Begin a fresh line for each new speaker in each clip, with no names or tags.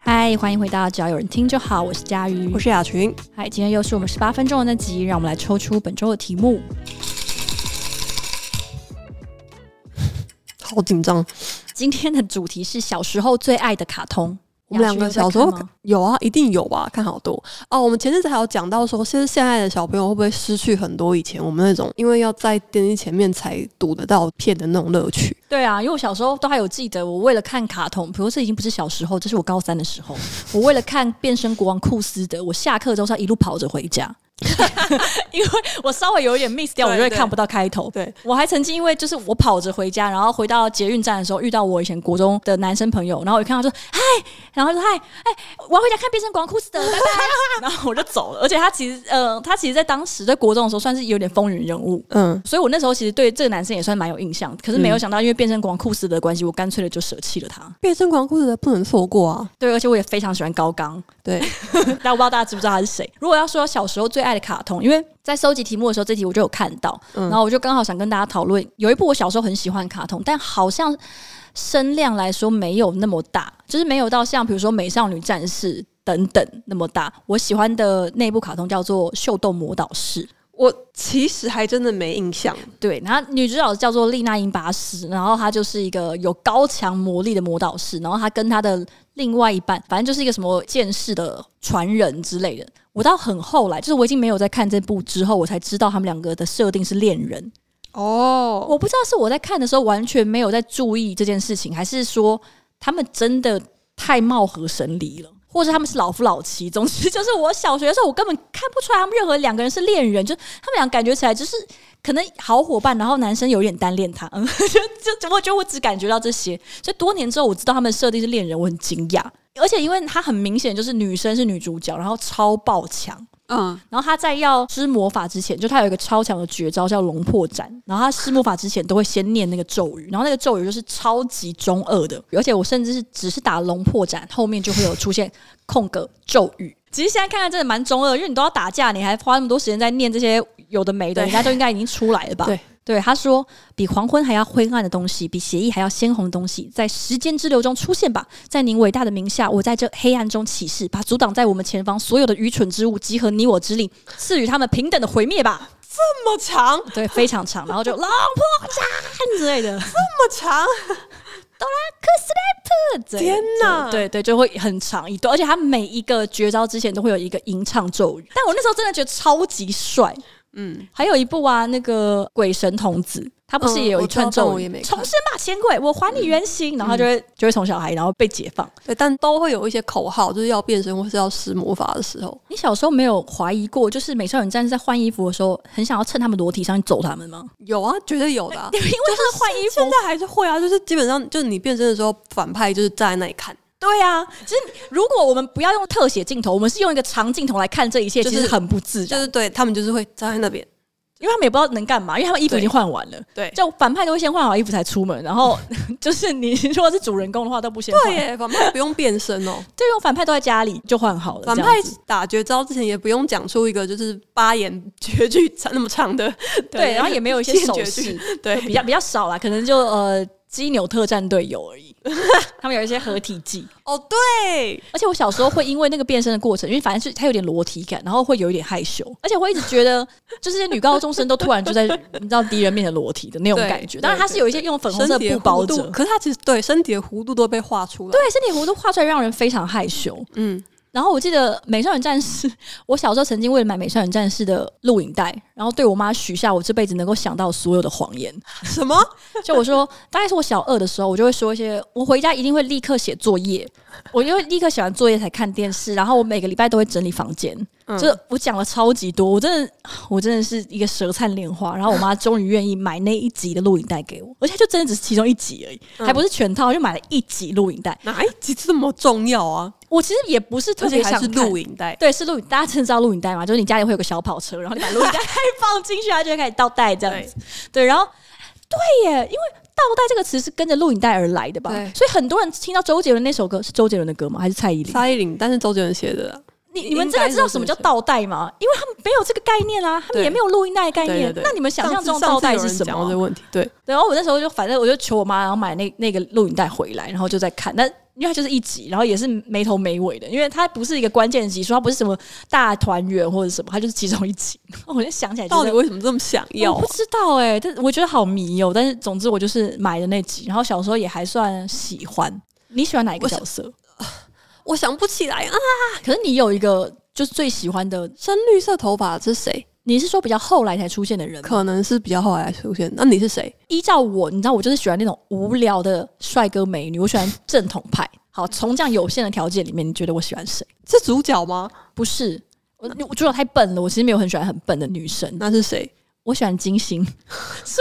嗨，欢迎回到只要有人听就好，我是佳瑜，
我是雅群。
嗨，今天又是我们十八分钟的那集，让我们来抽出本周的题目。
好紧张，
今天的主题是小时候最爱的卡通。
我们两个
雅群
小
有在
时候
看吗
有啊，一定有吧？看好多哦。我们前阵子还有讲到说，现在现在的小朋友会不会失去很多以前我们那种因为要在电视前面才读得到片的那种乐趣？
对啊，因为我小时候都还有记得，我为了看卡通，比如这已经不是小时候，这是我高三的 时候，我为了看《变身国王库斯德》，我下课之后是要一路跑着回家， 因为我稍微有一点 miss 掉，我就会
对对
看不到开头。
对，
我还曾经因为就是我跑着回家，然后回到捷运站的时候遇到我以前国中的男生朋友，然后我一看到说嗨，然后就嗨哎，我要回家看《变身国王库斯德》，拜拜， 然后我就走了。而且他其实呃，他其实在当时在国中的时候算是有点风云人物，
嗯，
所以我那时候其实对这个男生也算蛮有印象，可是没有想到因为变身国王库斯德的关系，我干脆的就舍弃了他。
变身狂故事的不能错过啊！
对，而且我也非常喜欢高刚，
对，
但我不知道大家知不知道他是谁。如果要说小时候最爱的卡通，因为在收集题目的时候，这题我就有看到，
嗯
然后我就刚好想跟大家讨论，有一部我小时候很喜欢的卡通，但好像声量来说没有那么大，就是没有到像比如说《美少女战士》等等那么大。我喜欢的那部卡通叫做《秀逗魔导士》。
我其实还真的没印象。
对，然后女主角叫做丽娜·英巴斯，然后她就是一个有高强魔力的魔导师，然后她跟她的另外一半，反正就是一个什么剑士的传人之类的。我到很后来，就是我已经没有在看这部之后，我才知道他们两个的设定是恋人。
哦，
我不知道是我在看的时候完全没有在注意这件事情，还是说他们真的太貌合神离了。或者他们是老夫老妻，总之就是我小学的时候，我根本看不出来他们任何两个人是恋人，就他们俩感觉起来就是可能好伙伴，然后男生有点单恋他， 嗯，就就我觉得我只感觉到这些，所以多年之后我知道他们设定是恋人，我很惊讶，而且因为他很明显就是女生是女主角，然后超爆强，
嗯，
然后他在要施魔法之前，就他有一个超强的绝招叫龙破斩。然后他施魔法之前都会先念那个咒语，然后那个咒语就是超级中二的，而且我甚至是只是打龙破斩，后面就会有出现空格咒语。其实现在看看真的蛮中二，因为你都要打架，你还花那么多时间在念这些有的没的，
对
人家都应该已经出来了吧？
对，
对，他说比黄昏还要灰暗的东西，比血意还要鲜红的东西，在时间之流中出现吧，在您伟大的名下，我在这黑暗中起誓，把阻挡在我们前方所有的愚蠢之物集合你我之力，赐予他们平等的毁灭吧。
这么长，
对，非常长，然后就老婆战之类的，
这么 长，
对
天 哪
对对，就会很长一段，而且他每一个绝招之前都会有一个吟唱咒语，但我那时候真的觉得超级帅。
嗯，
还有一部啊，那个鬼神童子，他不是
嗯
也有一
我知道
串
但
咒
我也
语
没，
重
看
生吧，钱鬼，我还你原形，然后他就会就会从小孩，然后被解放。
对，但都会有一些口号，就是要变身或是要施魔法的时候。
你小时候没有怀疑过，就是美少女战士在换衣服的时候，很想要趁他们裸体上去揍他们吗？
有啊，绝对有的、啊。
因为他们换衣服
现在还是会啊，就是基本上就是你变身的时候，反派就是站在那里看，
对啊，其实如果我们不要用特写镜头，我们是用一个长镜头来看这一切，
就是
其实很不自然，
就是对他们就是会站在那边。
因为他们也不知道能干嘛，因为他们衣服已经换完了。
对
就反派都会先换好衣服才出门，然后就是你如果是主人公的话都不先换，
对耶，反派不用变身哦，
对，因为反派都在家里就换好了。
反
这
派
样子
打绝招之前也不用讲出一个就是八言绝句长那么长的，
对，然后也没 有一些
见
手
绝
势
句，，对
就比较比较少啦，可能就呃基纽特战队有而已， 他们有一些合体技。
哦对，
而且我小时候会因为那个变身的过程，因为反正是它有点裸体感，然后会有一点害羞，而且我一直觉得，就是这些女高中生都突然就在 你知道敌人面前裸体的那种
对
感觉。
对
当然，它是有一些用粉红色
身体
布
的
包
弧
着，
度，可是他其实对身体的弧度都被画出来，
对，身体弧度画出来让人非常害羞。
嗯，
然后我记得《美少女战士》，我小时候曾经为了买《美少女战士》的录影带，然后对我妈许下我这辈子能够想到所有的谎言。
什么？
就我说，大概是我小二的时候，我就会说一些，我回家一定会立刻写作业，我就会立刻写完作业才看电视，然后我每个礼拜都会整理房间。
嗯
就是我讲了超级多，我真的，我真的是一个舌灿莲花。然后我妈终于愿意买那一集的录影带给我，而且就真的只是其中一集而已，
嗯
还不是全套，就买了一集录影带。
哪一集这么重要啊？
我其实也不是特
而
别
且还
想
是
看
录影带，
对，是录影，大家真的知道录影带吗？就是你家里会有个小跑车，然后你把录影带 放进去，它就会开始倒带这样子。对，然后对耶，因为倒带这个词是跟着录影带而来的吧
对，
所以很多人听到周杰伦那首歌是周杰伦的歌吗？还是蔡依林？
沙依林，但是周杰伦写的啊，
你
应
你们真的知道什么叫倒带吗？因为他们没有这个概念啊，他们
对
也没有录音带的概念。
对对对
那你们想象中
上
的
次
倒带
上次有
是
人
什么
讲
啊
到这？个问题，对，
对然后我那时候就反正我就求我妈，然后买那那个录影带回来，然后就在看。但因为它就是一集，然后也是没头没尾的，因为它不是一个关键集数，它不是什么大团圆或者什么，它就是其中一集。 我就想起来、就是，
到底为什么这么想要
我
啊、
不知道哎、但我觉得好迷哦、但是总之我就是买的那集，然后小时候也还算喜欢。你喜欢哪一个
我是
角色？
我想不起来啊！
可是你有一个就是最喜欢的，
深绿色头发是谁？
你是说比较后来才出现的人吗？
可能是比较后来出现。那你是谁？
依照我，你知道我就是喜欢那种无聊的帅哥美女，我喜欢正统派。 好，从这样有限的条件里面，你觉得我喜欢谁？
是主角吗？
不是我，我主角太笨了，我其实没有很喜欢很笨的女生。
那是谁？
我喜欢金星， 是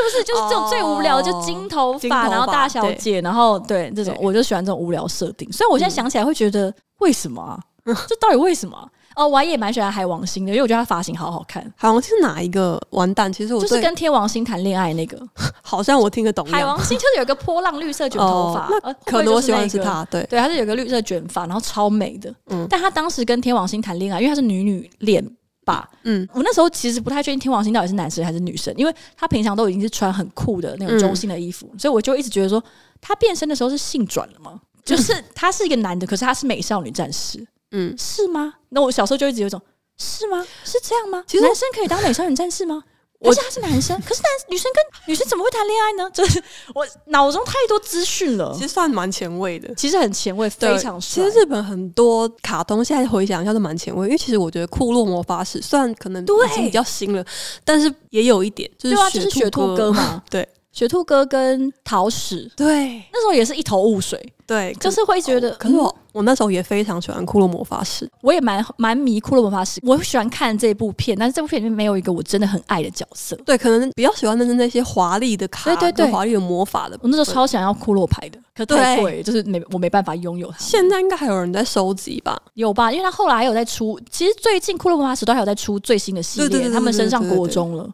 不是？就是这种最无聊的，就金头
哦金头
发，
发
然后大小姐，然后对这种，
对嗯
我就喜欢这种无聊设定。虽然我现在想起来会觉得，为什么 啊？这到底为什么啊、哦，我还也蛮喜欢海王星的，因为我觉得他发型好好看，
海王星是哪一个？完蛋！其实我
就
哦对、
是跟天王星谈恋爱那个。
好像我听得懂一
海
样。
王星就是有一个波浪绿色卷头发，
哦
呃
可能我喜欢的
是
是
那个
他，对，
对，她是有个绿色卷发，然后超美的。
嗯
但她当时跟天王星谈恋爱，因为她是女女恋吧。
嗯，
我那时候其实不太确定天王星到底是男生还是女生，因为她平常都已经是穿很酷的
嗯
那种中性的衣服，所以我就一直觉得说，她变身的时候是性转了吗？就是她是一个男的，可是她是美少女战士，
嗯，
是吗？那我小时候就一直有一种。是吗？是这样吗？
其实
男生可以当美少女战士吗？
我
而且他是男生，可是男女生跟女生怎么会谈恋爱呢？就是我脑中太多资讯了
其。实算蛮前卫的。
其实很前卫，哦非
对
常
其
帅。
实日本很多卡通现在回想一下都蛮前卫，因为其实我觉得《库洛魔法使》虽然可能
对
已经比较新了，但是也有一点就是
对啊，就是雪兔哥
哥，
嘛，
对
雪兔哥跟桃矢
对
那时候也是一头雾水，
对，
就
可哦
是会觉得，
可是
嗯
我我那时候也非常喜欢《库洛魔法使》，
我也蛮蛮迷《骷髅魔法使》，我喜欢看这部片，但是这部片里面没有一个我真的很爱的角色。
对，可能比较喜欢的是那些华丽的卡，
对对对嗯
跟华丽的魔法的。
我那时候超想要骷髅牌的，可太贵了，就是没我没办法拥有它。
现在应该还有人在收集吧？
有吧？因为他后来还有在出，其实最近《骷髅魔法使》都还有在出最新的系
对对
列，
对对
他们升上
对对对
国中 了，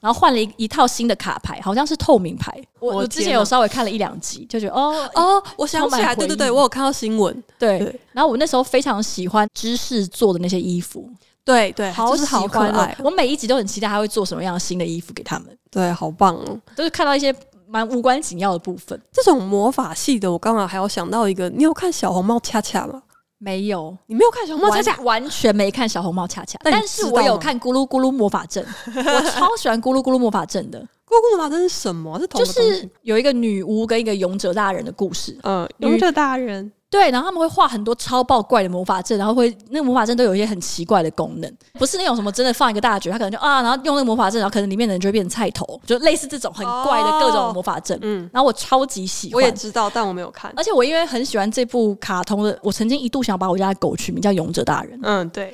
然后换了一一套新的卡牌，好像是透明牌。我
我
我
的
之
天
前有
哪
稍微看了一两集，就觉得哦
哦，我想起
充
来，
满
对对
回忆
对，我有看到新闻，
对
对，
然后我那时候非常喜欢芝士做的那些衣服，
对对，
好
就是
喜
好可
欢哦
爱！，
我每一集都很期待他会做什么样的新的衣服给他们，
对，好棒哦！
都是看到一些蛮无关紧要的部分。
这种魔法系的，我刚刚还有想到一个，你有看小红帽恰恰吗？
没有，
你没有看小红帽恰
完
恰？
完全没看小红帽恰恰，
但你
但是
知道
我有
吗
看咕噜咕噜魔法阵，我超喜欢咕噜咕噜魔法阵的，
故宫魔法阵是什么？是同
就
一个东西
是有一个女巫跟一个勇者大人的故事。
呃，
女
勇者大人，
对，然后他们会画很多超爆怪的魔法阵，然后会那个魔法阵都有一些很奇怪的功能，不是那种什么真的放一个大绝，他可能就啊，然后用那个魔法阵，然后可能里面的人就会变菜头，就类似这种很怪的各种魔法阵。
嗯，
哦然后我超级喜
我也
欢，呃
知道，但我没有看。
而且我因为很喜欢这部卡通的，我曾经一度想把我家的狗取名叫勇者大人，
嗯，对，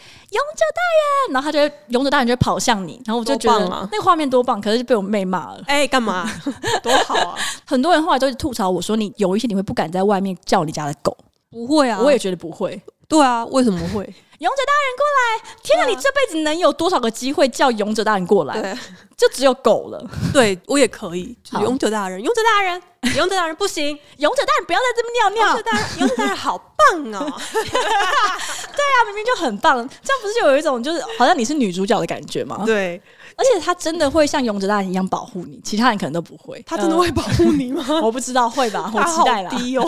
然后他就会勇者大人就会跑向你，然后我就觉得
多棒啊
那个画面多棒，可是就被我妹骂了。
哎，干嘛？多好啊！
很多人后来都吐槽我说，你有一些你会不敢在外面叫你家的狗，
不会啊，
我也觉得不会。
对啊，为什么会？
勇者大人过来！天哪，你这辈子能有多少个机会叫勇者大人过来？
啊对，
就只有狗了。
对我也可以，就
好
是勇者大人，勇者大人，勇者大人不行，
勇者大人不要在这边尿
勇
尿
者，大人，勇 者大人好棒 哦！
他明明就很棒，这样不是就有一种就是好像你是女主角的感觉吗？
对
而且他真的会像勇者大人一样保护你，其他人可能都不 会。
他真的会保护你吗？
呃、我不知道会 吧，我
嗯他
期
好
待啦。
低哦，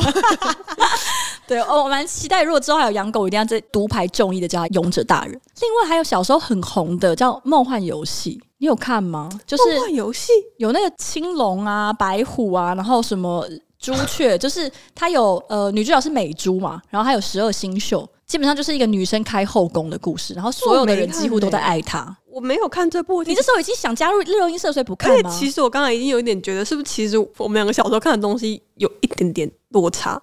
对哦，我蛮期待，如果之后还有养狗，一定要在独排众议的叫它勇者大人。另外还有小时候很红的叫《梦幻游戏》，你有看吗？就是
梦幻游戏
有那个青龙啊、白虎啊，然后什么朱雀， 就是它有呃女主角是美珠嘛，然后还有十二星宿，基本上就是一个女生开后宫的故事，然后所有的人几乎都
哦
在爱她。
我没有看这部，
你这时候已经想加入日用音社，所以不看
而且
吗？
其实我刚才已经有一点觉得，是不是其实我们两个小时候看的东西有一点点落差？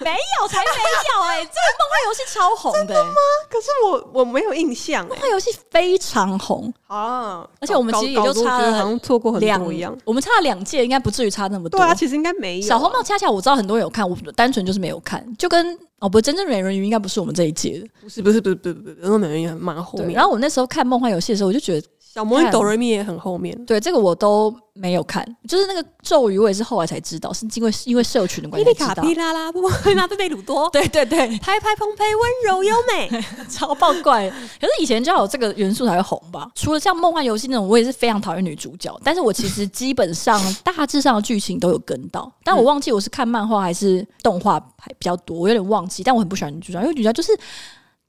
没有，才没有哎、这个梦幻游戏超红的、欸，梦
可是我我没有印象 哎、
幻游戏非常红，
啊！
欸而且我们
搞
其实也就
搞得我
差
觉得
了
好像错过很
两
多一样。
我们差了两届，应该不至于差那么多。
对啊，其实应该没有
小红帽恰恰我知道很多人有看，我单纯就是没有看，就跟哦不，真正美人鱼应该不是我们这一届的。
不是不是不是不是不是，那美人鱼很蛮后
对，
面。
然后我那时候看《梦幻游戏》的时候，我就觉得
小魔女
看
哆瑞咪也很后面，
对，这个我都没有看，就是那个咒语，我也是后来才知道，是因为因为社群的关
霹
系
雳
才
卡
知道。
皮拉拉 布布娜贝贝鲁多，
对对对，
拍拍蓬佩温柔优 美，
超爆怪！可是以前就要有这个元素才会红吧？除了像梦幻游戏那种，我也是非常讨厌女主角，但是我其实基本上大致上的剧情都有跟到，但
嗯
我忘记我是看漫画还是动画还比较多，我有点忘记。但我很不喜欢女主角，因为女主角就是。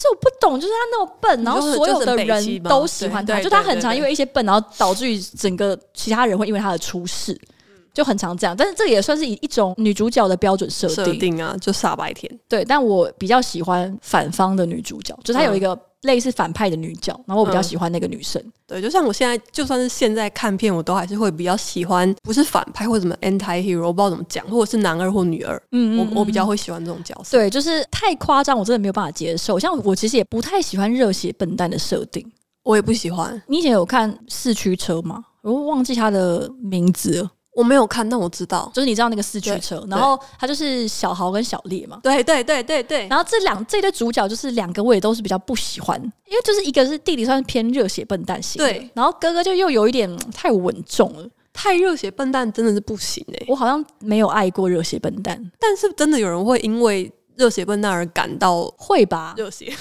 这我不懂，就是她那么笨，然后所有的
就是很北
人
七嘛
都喜欢她，
对对
就她
对
很常
对
因为一些笨，然后导致于整个其他人会因为她的出事，
嗯
就很常这样。但是这个也算是以一种女主角的标准设
设
定，
定啊，就傻白甜，
对，但我比较喜欢反方的女主角，就是她有一个类似反派的女角，然后我比较喜欢那个女生。
对，就像我现在就算是现在看片，我都还是会比较喜欢，不是反派或者什么 anti hero，我不知道怎么讲，或者是男二或女二，
嗯
我我比较会喜欢这种角色，
对，就是太夸张，我真的没有办法接受。像我其实也不太喜欢热血笨蛋的设定。
我也不喜欢，
你以前有看《四驱车》吗？我忘记它的名字了，
我没有看，但我知道，
就是你知道那个四驱车，然后它就是小豪跟小烈嘛。
对对对对对，
然后这两这对主角就是两个，我也都是比较不喜欢，因为就是一个是弟弟算是偏热血笨蛋型的，
对
然后哥哥就又有一点嗯太稳重了。
太热血笨蛋真的是不行哎、
我好像没有爱过热血笨蛋，
但是真的有人会因为热血笨蛋而感到
会吧？
热血，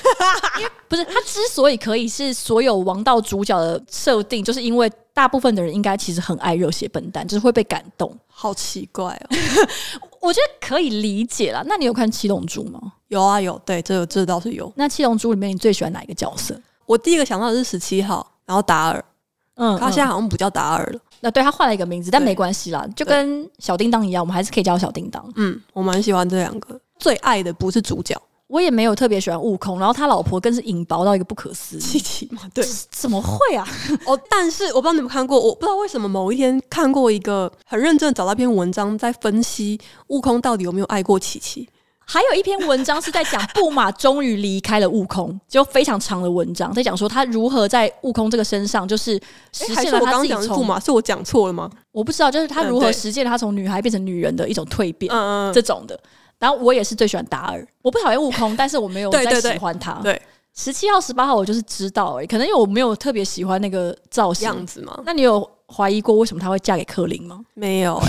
不是，他之所以可以是所有王道主角的设定，就是因为大部分的人应该其实很爱热血笨蛋，就是会被感动。
好奇怪哦。
我觉得可以理解啦。那你有看《七龙珠》吗？
有啊有，对，这这倒是有。
那《七龙珠》里面你最喜欢哪一个角色？
我第一个想到的是十七号，然后达尔，
嗯
他现在好像不叫达尔了。
那呃对他换了一个名字，但
对
没关系啦，就跟小叮当一样，我们还是可以叫他小叮当。
嗯，我蛮喜欢这两个。最爱的不是主角
我也没有特别喜欢悟空，然后他老婆更是引爆到一个不可思议，
七七嘛， 对
怎么会啊？
哦。但是我不知道你们看过，我不知道为什么某一天看过一个很认真地找到一篇文章，在分析悟空到底有没有爱过七七。
还有一篇文章是在讲布马终于离开了悟空，就非常长的文章，在讲说他如何在悟空这个身上，就是实
诶还
现
是
了
我刚
他自己
刚讲的是
从
驸马，是我讲错了吗？
我不知道，就是他如何
嗯对
实现了他从女孩变成女人的一种蜕变、
嗯嗯，
这种的。然后我也是最喜欢达尔，我不讨厌悟空，但是我 没有
对
再
对对
喜欢他。
对
十七号、十八号我就是知道而已，可能因为我没有特别喜欢那个造型。
样子嘛，
那你有怀疑过为什么他会嫁给柯林吗？
没有 哎、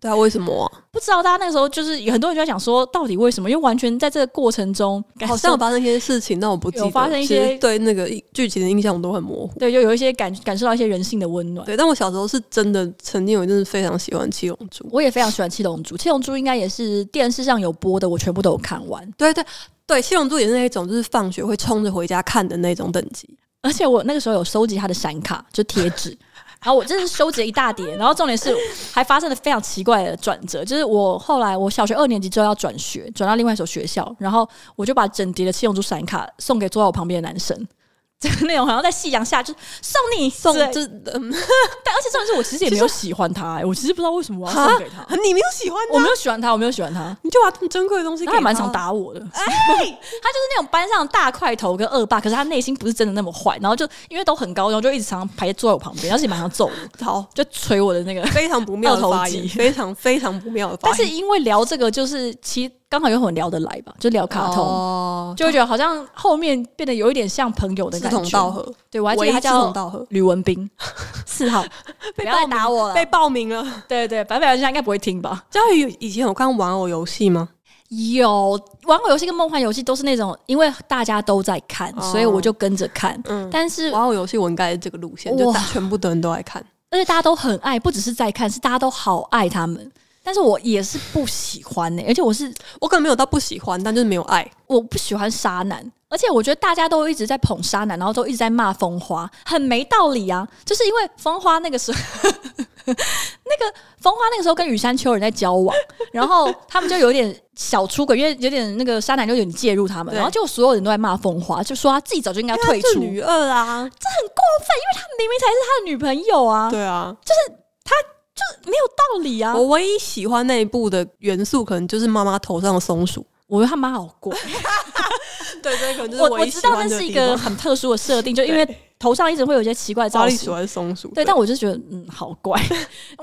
对啊，为什么啊、
不知道，大家那个时候就是有很多人就在讲说，到底为什么？因为完全在这个过程中，
好像有发生一些事情，但我不记得。
有发生一
其实
些
对那个剧情的印象，我都很模糊。
对，就有一些感感受到一些人性的温暖。
对，但我小时候是真的，曾经有一阵子非常喜欢七龙珠。
我也非常喜欢《七龙珠》，《七龙珠》应该也是电视上有播的，我全部都有看完。
对对对，七龙珠也是那种，就是放学会冲着回家看的那种等级。
而且我那个时候有收集他的闪卡，就贴纸。然后我真的是收集了一大叠，然后重点是还发生了非常奇怪的转折，就是我后来我小学二年级之后要转学，转到另外一所学校，然后我就把整叠的七龙珠闪卡送给坐在我旁边的男生， 就是那种好像在夕阳下就是送你
送
之类
就是嗯，
但而且重点是我其实也没有喜欢他、欸我其实不知道为什么我要送给他，
你没有喜欢
我
的，啊
没有喜欢他，我没有喜欢他，
你就把这么珍贵的东西给哎
他还蛮常
常。
打我的。 他就是那种班上的大块头跟恶霸，可是他内心不是真的那么坏，然后就因为都很高，然后就一直常常排坐在我旁边，而且蛮常揍我，
好，
就捶我的那个。
非常不妙的发
二头
言，
肌
非常非常不妙的发
但
言。
是因为聊这个，就是其实刚好又很聊得来吧，就聊卡通，
哦，
就会觉得好像后面变得有一点像朋友的
志
感
同
觉。
道合，
对，我还记
唯
得他
志同
叫
道合，
吕文斌， 四号，不要再打我了。
被报名了。
对对，白白玩家应该不会听吧？
佳宇以前有看玩偶游戏吗？
有玩偶游戏跟梦幻游戏都是那种，因为大家都在看，
哦
所以我就跟着看。
嗯，
但是
玩偶游戏我应该是这个路线，
哇
就大全部的人都爱看。
而且大家都很爱，不只是在看，是大家都好爱他们。但是我也是不喜欢欸呢、而且我是
我可能没有到不喜欢，但就是没有爱。
我不喜欢沙男，而且我觉得大家都一直在捧沙男，然后都一直在骂风花，很没道理啊！就是因为风花那个时候， 那个风花那个时候跟雨山丘人在交往，然后他们就有点小出轨，因为有点那个沙男就有点介入他们，
对
然后就所有人都在骂风花，就说他自己早就应该退出，
因为她是女二啊，
明明才是他的女朋友啊，
对啊，
没有道理啊！
我唯一喜欢那一部的元素，可能就是妈妈头上的松鼠。
我觉得他妈好怪。
对对，可能
我我知道那是一个很特殊的设定，就因 为头上一直会有一些奇怪的
花
造
栗
型
鼠。啊还是松鼠？
对，但我就觉得嗯，好 怪，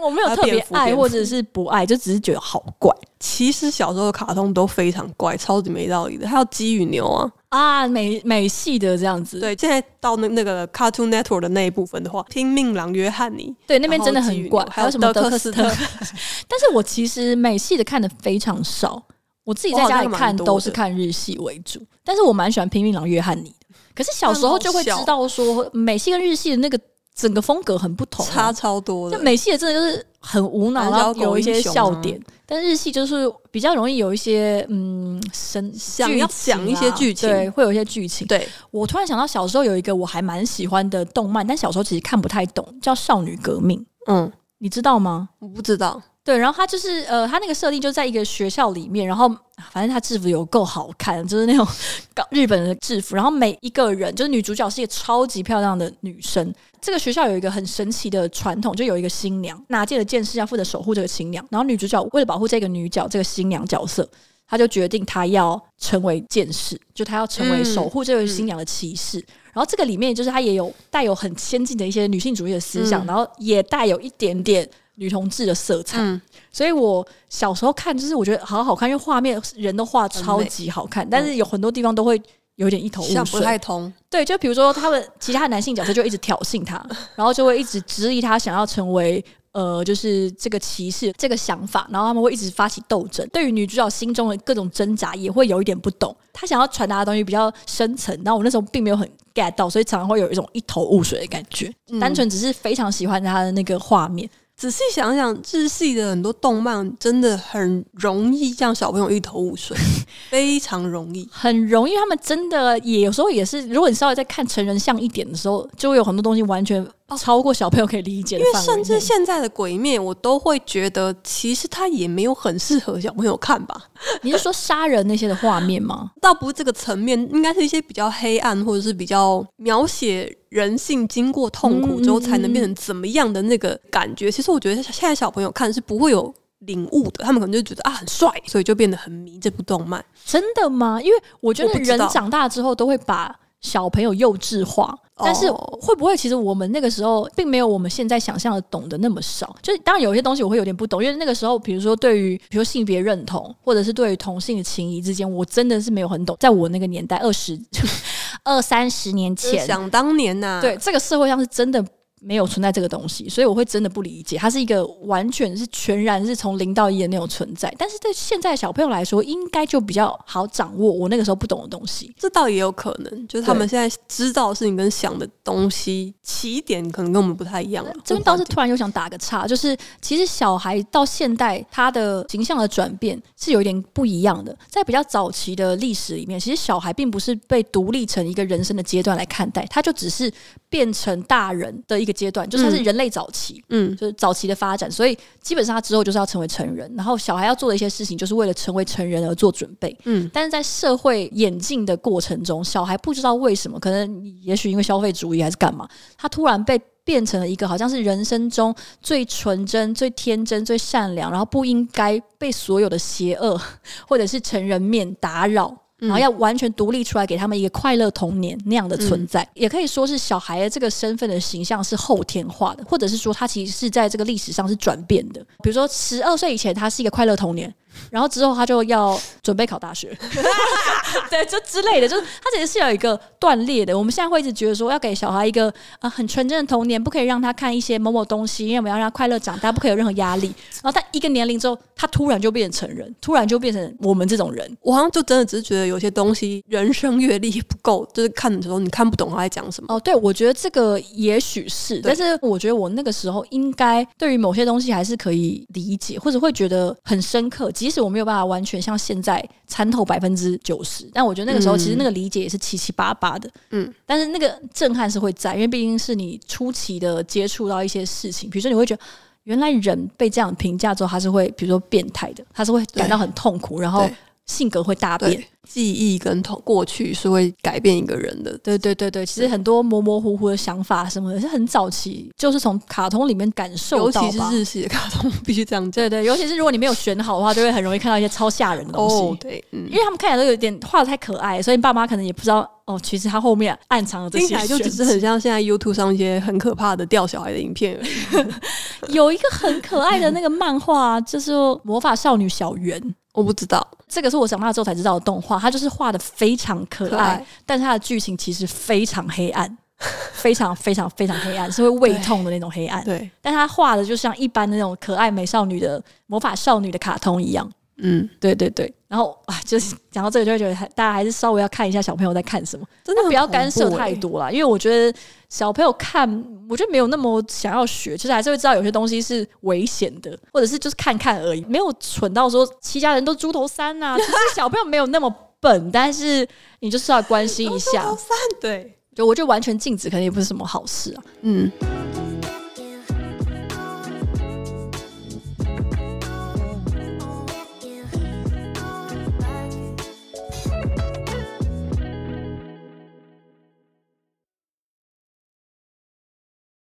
我没有特别
啊蝙蝠
爱
蝙蝠
或者是不爱，就只是觉得好怪
其实小时候的卡通都非常怪，超级没道理的。还有鸡与牛啊，
啊，美美系的这样子，
对，现在到那那个 Cartoon Network 的那一部分的话，听命郎约翰尼，
对那边
然后
真的
基
很
宇
怪
牛，
还有什么
德
德
克
克
斯
斯
特
特，但是我其实美系的看的非常少，我自己在
哇
家
那
里
个蛮
看
多
都是
的
看日系为主，但是我蛮喜欢《拼命郎约翰尼》的。可是小时候就会知
那好笑
道说，美系跟日系的那个整个风格很不同啊，
差超多
就
的。
美系的真的就是很无脑，
蓝
然后
小狗
有一
英
些
雄啊
笑点，但日系就是比较容易有一些嗯神
想
剧
要
情
想一些
啦
剧情
对，会有一些剧情。
啊对，
我突然想到小时候有一个我还蛮喜欢的动漫，但小时候其实看不太懂，叫《少女革命》，
嗯，
你知道吗？
我不知道，
对，然后它就是呃，它那个设定就在一个学校里面，然后啊反正它制服有够好看，就是那种搞日本的制服，然后每一个人就是女主角是一个超级漂亮的女生。这个学校有一个很神奇的传统，就有一个新娘，哪届的剑士要负责守护这个新娘，然后女主角为了保护这个女角这个新娘角色，她就决定她要成为剑士，就她要成为
嗯
守护这个新娘的骑士。然后这个里面就是它也有带有很先进的一些女性主义的思想，
嗯
然后也带有一点点女同志的色彩。
嗯，
所以我小时候看，就是我觉得好好看，因为画面人都画超级好看，但是有很多地方都会有点一头雾
想不
水。
太通，
对，就比如说他们其他男性角色就一直挑衅 他，然后就会一直质疑他想要成为。呃，就是这个歧视这个想法，然后他们会一直发起斗争。对于女主角心中的各种挣扎，也会有一点不懂。她想要传达的东西比较深层，然后我那时候并没有很 get 到，所以常常会有一种一头雾水的感觉。
嗯
单纯只是非常喜欢她的那个画面。
仔细想想，日系的很多动漫真的很容易让小朋友一头 雾水，非常容易。
很容易，他们真的也有时候也是，如果你稍微再看成人像一点的时候，就会有很多东西完全超过小朋友可以理解的
因为
范围内。
甚至现在的《鬼灭》，我都会觉得其实它也没有很适合小朋友看吧。
你是说杀人那些的画面吗？
倒不是这个层面，应该是一些比较黑暗或者是比较描写人性经过痛苦之
嗯
后
嗯嗯
才能变成怎么样的那个感觉。其实我觉得现在小朋友看是不会有领悟的，他们可能就觉得啊很帅，所以就变得很迷这部动漫。
真的吗？因为我觉
我
得
不知
人
道
长大之后都会把小朋友幼稚化，
哦
但是会不会其实我们那个时候并没有我们现在想象的懂得那么少？就是当然有一些东西我会有点不懂，因为那个时候比如说对于比如说性别认同，或者是对于同性的情谊之间，我真的是没有很懂。在我那个年代，二十 二三十年
就是
前，
想当年呐、
对，这个社会上是真的没有存在这个东西，所以我会真的不理解，它是一个完全是全然是从零到一的那种存在。但是对现在的小朋友来说，应该就比较好掌握我那个时候不懂的东西。
这倒也有可能，就是他们现在知道的事情跟想的东西起点可能跟我们不太一样啊。
这边倒是突然又想打个岔，就是其实小孩到现代他的形象的转变是有一点不一样的。在比较早期的历史里面，其实小孩并不是被独立成一个人生的阶段来看待，他就只是变成大人的一个阶段，就是他是
嗯
人类早期。
嗯，
就是早期的发展，所以基本上他之后就是要成为成人，然后小孩要做的一些事情，就是为了成为成人而做准备。
嗯，
但是在社会演进的过程中，小孩不知道为什么，可能也许因为消费主义还是干嘛，他突然被变成了一个好像是人生中最纯真、最天真、最善良，然后不应该被所有的邪恶或者是成人面打扰。然后要完全独立出来，给他们一个快乐童年那样的存在，也可以说是小孩的这个身份的形象是后天化的，或者是说他其实是在这个历史上是转变的。比如说十二岁以前他是一个快乐童年，然后之后他就要准备考大学，对，就之类的，就是他其实是有一个断裂的。我们现在会一直觉得说要给小孩一个啊、呃很纯真的童年，不可以让他看一些某某东西，因为我们要让他快乐长大，不可以有任何压力。然后他一个年龄之后，他突然就变成成人，突然就变成我们这种人。
我好像就真的只是觉得有些东西人生阅历不够，就是看的时候你看不懂他在讲什么。
哦，对，我觉得这个也许是，
对
但是我觉得我那个时候应该对于某些东西还是可以理解，或者会觉得很深刻，即使我没有办法完全像现在参透百分之九十，但我觉得那个时候其实那个理解也是七七八八的，
嗯
嗯，但是那个震撼是会在，因为毕竟是你初期的接触到一些事情，比如说你会觉得。原来人被这样评价之后，他是会比如说变态的，他是会感到很痛苦，然后
对
性格会大变
对。，记忆跟同过去是会改变一个人的。
对对对对，其实很多模模糊糊的想法什么的，是很早期，就是从卡通里面感受
尤
到
其是
吧。
日系的卡通， 必须这样讲。
对对，尤其是如果你没有选好的话，就会很容易看到一些超吓人的东西。
哦，对，嗯
因，为他们看起来都有点画的太可爱，所以你爸妈可能也不知道哦，其实他后面暗藏了这些
听起
玄
来
机。
就只是很像现在 YouTube 上一些很可怕的掉小孩的影片而已。
有一个很可爱的那个漫画啊，就是《魔法少女小圆》，
我不知道，
这个是我长大之后才知道的动画，它就是画的非常可爱，
可爱
但是它的剧情其实非常黑暗，非常非常非常黑暗，是会胃痛的那种黑暗。
对，
但它画的就像一般的那种可爱美少女的魔法少女的卡通一样。
嗯，
对对对，然后啊，就是讲到这个就会觉得还大家还是稍微要看一下小朋友在看什么，
真的
不要干涉
很恐怖欸
太。多啦，因为我觉得小朋友看，我觉得没有那么想要学，其实还是会知道有些东西是危险的，或者是就是看看而已，没有蠢到说七家人都猪头三呐、其实 小朋友没有那么笨，但是你就是要关心一下
都，散对，
就我觉得完全禁止肯定也不是什么好事啊。
嗯。